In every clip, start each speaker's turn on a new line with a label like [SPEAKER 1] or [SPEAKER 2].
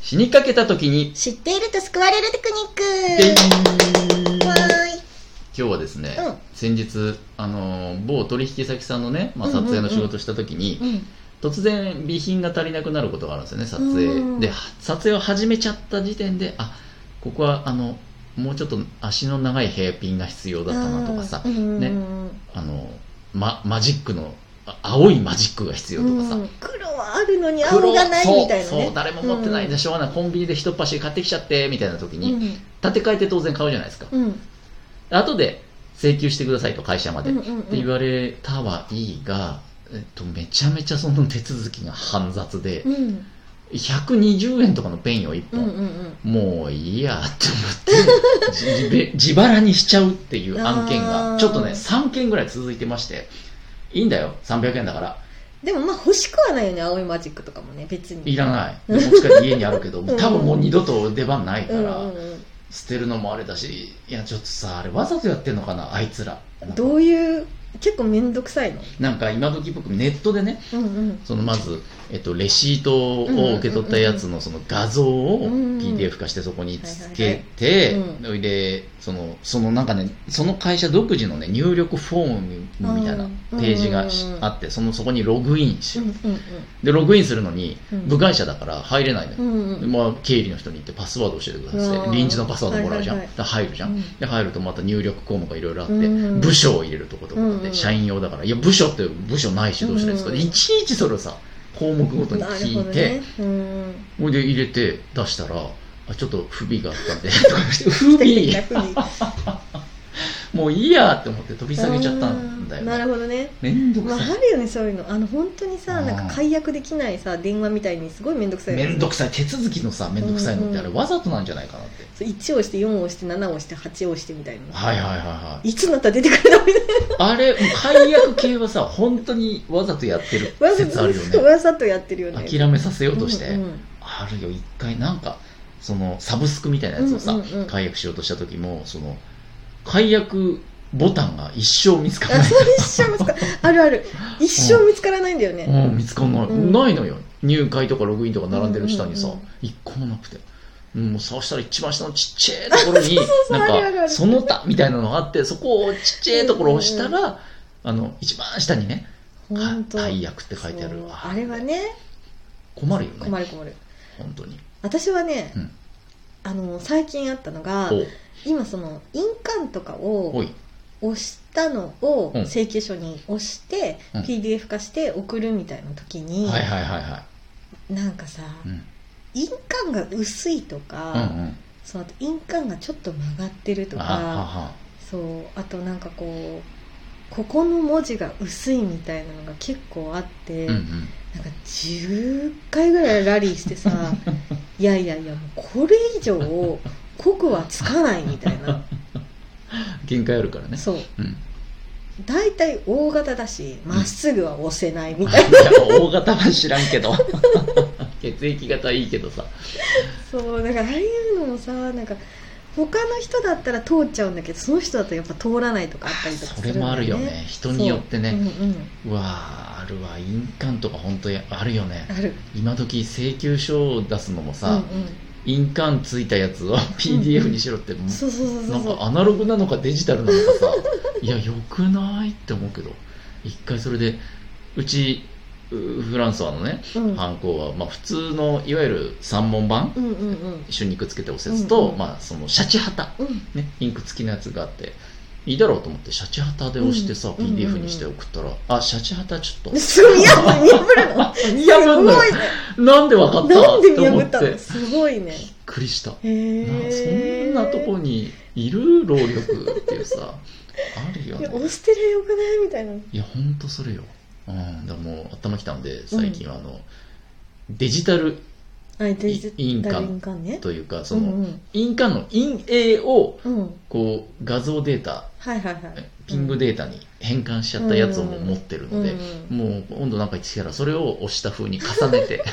[SPEAKER 1] 死にかけた時に、
[SPEAKER 2] 知っていると救われるテク
[SPEAKER 1] でい
[SPEAKER 2] ニックわ
[SPEAKER 1] 今日はですね、
[SPEAKER 2] うん
[SPEAKER 1] 先日、あのー某取引先さんのね、まあ、
[SPEAKER 2] うんうん
[SPEAKER 1] 撮
[SPEAKER 2] うん
[SPEAKER 1] 影の仕事した時に、
[SPEAKER 2] ーいうん
[SPEAKER 1] 突然備品が足りなくなることがあるんですよね撮影、
[SPEAKER 2] うん
[SPEAKER 1] では撮影を始めちゃった時点であここはあのもうちょっと足の長いヘアピンが必要だったなとかさ、
[SPEAKER 2] うん
[SPEAKER 1] ねあのま、マジックのあ青いマジックが必要とかさ、
[SPEAKER 2] うん黒はあるのに
[SPEAKER 1] 黒
[SPEAKER 2] 青がないみたいな
[SPEAKER 1] そうそ
[SPEAKER 2] ね
[SPEAKER 1] う誰も持ってないでしょうがない、コンビニで一っ走り買ってきちゃってみたいな時に、
[SPEAKER 2] うん
[SPEAKER 1] 立て替えて当然買うじゃないですか、
[SPEAKER 2] うん
[SPEAKER 1] 後で請求してくださいと会社まで、
[SPEAKER 2] うん
[SPEAKER 1] って
[SPEAKER 2] うんうん
[SPEAKER 1] 言われたはいいが、えっと、めちゃめちゃその手続きが煩雑で、
[SPEAKER 2] うん
[SPEAKER 1] 120円とかのペンを1
[SPEAKER 2] うんうん
[SPEAKER 1] 本、
[SPEAKER 2] うん
[SPEAKER 1] もういいやって思 って自自自腹にしちゃうっていう案件
[SPEAKER 2] あ
[SPEAKER 1] が
[SPEAKER 2] ー
[SPEAKER 1] ちょっとね3件ぐらい続いてましていいんだよ300円だから
[SPEAKER 2] でもまあ欲しくはないよね青いマジックとかもね別に
[SPEAKER 1] いらない持ち帰って家にあるけど
[SPEAKER 2] ん
[SPEAKER 1] 多分もう二度と出番ないか
[SPEAKER 2] うん
[SPEAKER 1] ら、
[SPEAKER 2] うん
[SPEAKER 1] 捨てるのもあれだしいやちょっとさあれわざとやってんのかなあいつら
[SPEAKER 2] うん、どういう結構面倒くさいの
[SPEAKER 1] なんか今時僕ネットでね
[SPEAKER 2] うんうん
[SPEAKER 1] そのまず、えっと、レシートを受け取ったやつのその画像を
[SPEAKER 2] うんうんうん
[SPEAKER 1] PDF 化してそこにつけて
[SPEAKER 2] はいはいはいうん
[SPEAKER 1] それでそのそのなんかねその会社独自の、ね、入力フォームみたいな
[SPEAKER 2] うん
[SPEAKER 1] ページがし
[SPEAKER 2] うんうんうん
[SPEAKER 1] あってそのそこにログインし
[SPEAKER 2] う
[SPEAKER 1] よ
[SPEAKER 2] ん
[SPEAKER 1] う
[SPEAKER 2] うん
[SPEAKER 1] でログインするのに
[SPEAKER 2] うん
[SPEAKER 1] 部外者だから入れないのよ
[SPEAKER 2] う、んうん
[SPEAKER 1] でまあ、経理の人に行ってパスワード教えてくださいっ
[SPEAKER 2] う
[SPEAKER 1] て
[SPEAKER 2] わー
[SPEAKER 1] 臨時のパスワードもらうじゃん、
[SPEAKER 2] はいはい
[SPEAKER 1] で入るじゃん、
[SPEAKER 2] うん
[SPEAKER 1] で入るとまた入力項目がいろいろあって、
[SPEAKER 2] うん
[SPEAKER 1] 部署を入れるとことかで、
[SPEAKER 2] うん
[SPEAKER 1] 社員用だからいや部署って部署ないしどうしたらいいですか、
[SPEAKER 2] うん
[SPEAKER 1] でいちいちそれをさ項目ごとに
[SPEAKER 2] なる
[SPEAKER 1] 聞
[SPEAKER 2] ほ
[SPEAKER 1] い
[SPEAKER 2] ど
[SPEAKER 1] て
[SPEAKER 2] ねうん
[SPEAKER 1] ほい、で入れて出したらあちょっと不備があったん でとかして不
[SPEAKER 2] 来
[SPEAKER 1] 備
[SPEAKER 2] てくれたふり
[SPEAKER 1] もういいやって思って飛び 下げちゃったんだ
[SPEAKER 2] あーな
[SPEAKER 1] よね
[SPEAKER 2] るほどね
[SPEAKER 1] めんどく
[SPEAKER 2] まあ、
[SPEAKER 1] さ
[SPEAKER 2] あ
[SPEAKER 1] い
[SPEAKER 2] るよねそういうのあの本当にさ
[SPEAKER 1] うん
[SPEAKER 2] なんか解約できないさ電話みたいにすごい面倒くさい
[SPEAKER 1] めんど
[SPEAKER 2] く
[SPEAKER 1] くさい手続きのさめんどくさいのってあれ
[SPEAKER 2] うん
[SPEAKER 1] わざとなんじゃないかなって、
[SPEAKER 2] 1押して4押して7押して8押してみたいな、
[SPEAKER 1] はいはいはいはい
[SPEAKER 2] い、つになったら出てくるのみたい
[SPEAKER 1] あれ、解約系はさ、本当にわざとやってる
[SPEAKER 2] なわ ざ
[SPEAKER 1] 説あるよ
[SPEAKER 2] と
[SPEAKER 1] ね。
[SPEAKER 2] わざとやってるよね
[SPEAKER 1] 諦めさせようとして。
[SPEAKER 2] うんうん
[SPEAKER 1] あるよ、一回なんか、その、サブスクみたいなやつをさ、
[SPEAKER 2] うんうんうん
[SPEAKER 1] 解約しようとした時も、その、解約ボタンが一生見つから
[SPEAKER 2] あ
[SPEAKER 1] ない。
[SPEAKER 2] それ一生見つかあるある一生見つからないんだよね、
[SPEAKER 1] うん、見つかんない、
[SPEAKER 2] うん
[SPEAKER 1] ないのよ。入会とかログインとか並んでる下にさ
[SPEAKER 2] うんうんうん、
[SPEAKER 1] 一、個もなくて。もう探したら一番下のちっちゃいところ に
[SPEAKER 2] うあるある
[SPEAKER 1] な
[SPEAKER 2] あ
[SPEAKER 1] んか
[SPEAKER 2] る
[SPEAKER 1] その他みたいなのがあってそこをちっちゃいところを押したらあの一番下にね
[SPEAKER 2] 本当
[SPEAKER 1] 解約って書いてある
[SPEAKER 2] そう
[SPEAKER 1] わ
[SPEAKER 2] あれはね
[SPEAKER 1] 困るよね
[SPEAKER 2] 困る困る
[SPEAKER 1] 本当に
[SPEAKER 2] 私はね、
[SPEAKER 1] うん
[SPEAKER 2] あの最近あったのが
[SPEAKER 1] おう
[SPEAKER 2] 今その印鑑とか
[SPEAKER 1] お
[SPEAKER 2] を
[SPEAKER 1] い
[SPEAKER 2] 押したのを
[SPEAKER 1] うん
[SPEAKER 2] 請求書に押して、
[SPEAKER 1] うん
[SPEAKER 2] PDF 化して送るみたいな時に、
[SPEAKER 1] はいはいはいは
[SPEAKER 2] なんかさ、
[SPEAKER 1] いうん
[SPEAKER 2] 印鑑が薄いとか、
[SPEAKER 1] うんうん
[SPEAKER 2] そのあと印鑑がちょっと曲がってると
[SPEAKER 1] あは
[SPEAKER 2] か
[SPEAKER 1] は
[SPEAKER 2] そうあとなんかこうここの文字が薄いみたいなのが結構あって、
[SPEAKER 1] うんうん
[SPEAKER 2] なんか10回ぐらいラリーし てさいやいやいやもうこれ以上濃くはつかないみたい な
[SPEAKER 1] 限界あるからね
[SPEAKER 2] そう
[SPEAKER 1] うん
[SPEAKER 2] 大体大型だしまっすぐは押せない み
[SPEAKER 1] い
[SPEAKER 2] たいな、
[SPEAKER 1] や大型は知らんけ ど血液型いいけどさ
[SPEAKER 2] そうだからああいうのもさなんか他の人だったら通っちゃうんだけどその人だとやっぱ通らないとかあったりとか
[SPEAKER 1] そ
[SPEAKER 2] す
[SPEAKER 1] れ
[SPEAKER 2] るんだよね
[SPEAKER 1] もあるよね人によって
[SPEAKER 2] う
[SPEAKER 1] ね
[SPEAKER 2] んうん
[SPEAKER 1] うわーあるわ印鑑とか本当にあるよね
[SPEAKER 2] ある
[SPEAKER 1] 今時請求書を出すのも
[SPEAKER 2] うんう
[SPEAKER 1] さ
[SPEAKER 2] ん
[SPEAKER 1] 印鑑ついたやつを PDF にしろって
[SPEAKER 2] そうそうそうそ
[SPEAKER 1] な
[SPEAKER 2] うんそう
[SPEAKER 1] かアナログなのかデジタルなのかさ いやよくないって思うけど一回それでうちうフランスはのね
[SPEAKER 2] うん
[SPEAKER 1] 犯行は、まあ、普通のいわゆる三文版
[SPEAKER 2] うんうんうん
[SPEAKER 1] 一緒にくっつけておせつと、
[SPEAKER 2] うんうん
[SPEAKER 1] まあ、そのシャチハタ、
[SPEAKER 2] うん
[SPEAKER 1] ね、インク付きのやつがあっていいだろうと思ってシャチハタで押してさ、
[SPEAKER 2] うん
[SPEAKER 1] PDF にして送ったら、あシャチハタちょっと
[SPEAKER 2] すごい見破るの
[SPEAKER 1] 見破ん
[SPEAKER 2] すごい
[SPEAKER 1] の
[SPEAKER 2] ね
[SPEAKER 1] なんでわかった
[SPEAKER 2] なんで見
[SPEAKER 1] と思
[SPEAKER 2] 破
[SPEAKER 1] っ
[SPEAKER 2] った
[SPEAKER 1] てび
[SPEAKER 2] の
[SPEAKER 1] っ
[SPEAKER 2] すごいね
[SPEAKER 1] くりした
[SPEAKER 2] へえ
[SPEAKER 1] なそんなとこにいる労力っていうさあるよ
[SPEAKER 2] い
[SPEAKER 1] ね
[SPEAKER 2] や押してりゃよくないみたいない
[SPEAKER 1] や、ほんとそれよ。うん、だからもう頭きたんで、最近はあの、デジタル
[SPEAKER 2] あデジ
[SPEAKER 1] い印
[SPEAKER 2] タル
[SPEAKER 1] 鑑
[SPEAKER 2] 印鑑ね
[SPEAKER 1] というか、
[SPEAKER 2] う
[SPEAKER 1] その、
[SPEAKER 2] ん
[SPEAKER 1] 印鑑の印影を、
[SPEAKER 2] うんうん
[SPEAKER 1] こう、画像データ、
[SPEAKER 2] はいはいはい
[SPEAKER 1] ピングデータに変換しちゃったやつをもう
[SPEAKER 2] うん
[SPEAKER 1] 持ってる
[SPEAKER 2] う
[SPEAKER 1] の
[SPEAKER 2] んう
[SPEAKER 1] で、
[SPEAKER 2] ん
[SPEAKER 1] もう今度なんか言ってきたら、それを押した風に重ね て、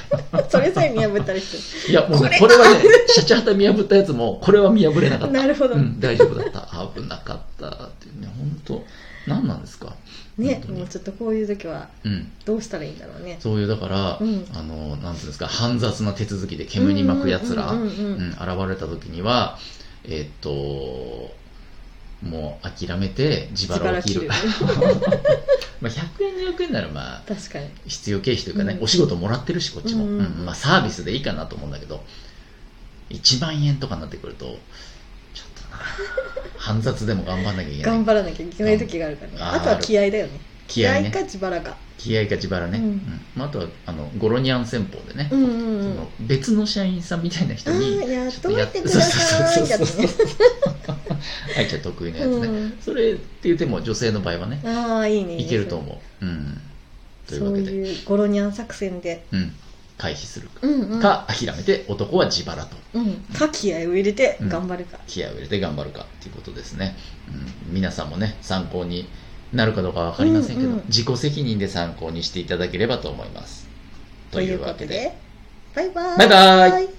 [SPEAKER 2] それさえ見破ったりして
[SPEAKER 1] いや、もうね、こ
[SPEAKER 2] こ
[SPEAKER 1] れはね、シャチハタ見破ったやつも、これは見破れなかった。
[SPEAKER 2] なるほど
[SPEAKER 1] うん、大丈夫だった。危なかった。っていうね、ほんと、何なんですか。
[SPEAKER 2] ね
[SPEAKER 1] 本当に
[SPEAKER 2] もうちょっとこういう時は
[SPEAKER 1] うん、
[SPEAKER 2] どうしたらいいんだろうね
[SPEAKER 1] そういうだから、
[SPEAKER 2] うん
[SPEAKER 1] あのなんていうんですか煩雑な手続きで煙に巻くやつら、
[SPEAKER 2] うんうんうんうん
[SPEAKER 1] うん、現れた時にはえーっともう諦めて自腹を切る
[SPEAKER 2] 自
[SPEAKER 1] まあ100円200円ならまあ
[SPEAKER 2] 確かに
[SPEAKER 1] 必要経費というかね、
[SPEAKER 2] うん
[SPEAKER 1] お仕事もらってるしこっちも、
[SPEAKER 2] うん
[SPEAKER 1] うんまあ、サービスでいいかなと思うんだけど1万円とかになってくるとちょっ とな煩雑でも頑張んなきゃいけない
[SPEAKER 2] 頑張らなきゃいけない時があるからね
[SPEAKER 1] あー
[SPEAKER 2] あとは気合だよね
[SPEAKER 1] 気合
[SPEAKER 2] か
[SPEAKER 1] ね
[SPEAKER 2] 自腹か
[SPEAKER 1] 気合か自腹ね、
[SPEAKER 2] うん
[SPEAKER 1] うんまあ、あとはあのゴロニャン戦法でね、
[SPEAKER 2] うんうんう
[SPEAKER 1] そ
[SPEAKER 2] ん
[SPEAKER 1] の別の社員さんみたいな
[SPEAKER 2] あ
[SPEAKER 1] 人に
[SPEAKER 2] ーやっ
[SPEAKER 1] ちょっ
[SPEAKER 2] と
[SPEAKER 1] とや
[SPEAKER 2] 待
[SPEAKER 1] っ
[SPEAKER 2] ってくださいだ
[SPEAKER 1] そう
[SPEAKER 2] と
[SPEAKER 1] そう
[SPEAKER 2] ね
[SPEAKER 1] そうそうあいちゃん得意なやつね、
[SPEAKER 2] うん
[SPEAKER 1] それっていう手も女性の場合はね、
[SPEAKER 2] ああいいね
[SPEAKER 1] いけると思ううんという
[SPEAKER 2] そ
[SPEAKER 1] わ
[SPEAKER 2] う
[SPEAKER 1] けでう、
[SPEAKER 2] いうゴロニャン作戦で
[SPEAKER 1] ん、回避するか、
[SPEAKER 2] うんうん
[SPEAKER 1] か諦めて男は自腹と
[SPEAKER 2] うんか気合を入れて
[SPEAKER 1] うん
[SPEAKER 2] 頑張るか
[SPEAKER 1] 気合を入れて頑張るかっていうことですね、うん、皆さんもね参考になるかどうかは分かりませんけど、
[SPEAKER 2] うんうん
[SPEAKER 1] 自己責任で参考にしていただければと思いますというわけで
[SPEAKER 2] バイバーイ
[SPEAKER 1] バイバーイ